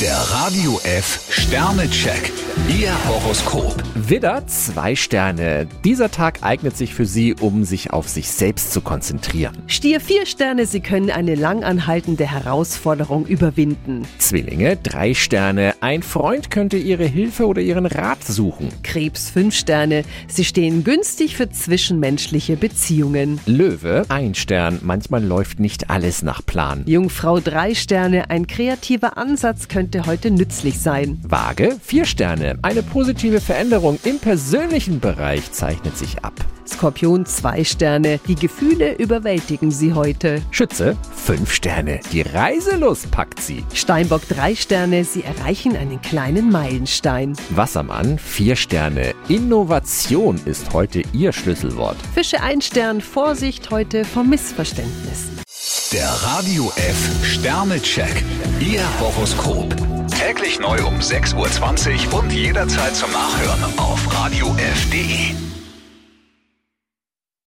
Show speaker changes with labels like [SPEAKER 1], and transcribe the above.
[SPEAKER 1] Der Radio F Sternecheck. Ihr Horoskop.
[SPEAKER 2] Widder, zwei Sterne. Dieser Tag eignet sich für Sie, um sich auf sich selbst zu konzentrieren.
[SPEAKER 3] Stier vier Sterne, Sie können eine lang anhaltende Herausforderung überwinden.
[SPEAKER 2] Zwillinge, drei Sterne. Ein Freund könnte Ihre Hilfe oder Ihren Rat suchen.
[SPEAKER 3] Krebs fünf Sterne, Sie stehen günstig für zwischenmenschliche Beziehungen.
[SPEAKER 2] Löwe, ein Stern. Manchmal läuft nicht alles nach Plan.
[SPEAKER 3] Jungfrau drei Sterne, ein kreativer Ansatz könnte heute nützlich sein.
[SPEAKER 2] Waage, vier Sterne. Eine positive Veränderung im persönlichen Bereich zeichnet sich ab.
[SPEAKER 3] Skorpion zwei Sterne, die Gefühle überwältigen Sie heute.
[SPEAKER 2] Schütze, fünf Sterne. Die Reiselust packt Sie.
[SPEAKER 3] Steinbock drei Sterne, Sie erreichen einen kleinen Meilenstein.
[SPEAKER 2] Wassermann, vier Sterne. Innovation ist heute Ihr Schlüsselwort.
[SPEAKER 3] Fische ein Stern, Vorsicht heute vor Missverständnissen.
[SPEAKER 1] Der Radio F Sternecheck. Ihr Horoskop. Täglich neu um 6.20 Uhr und jederzeit zum Nachhören auf Radio radiof.de.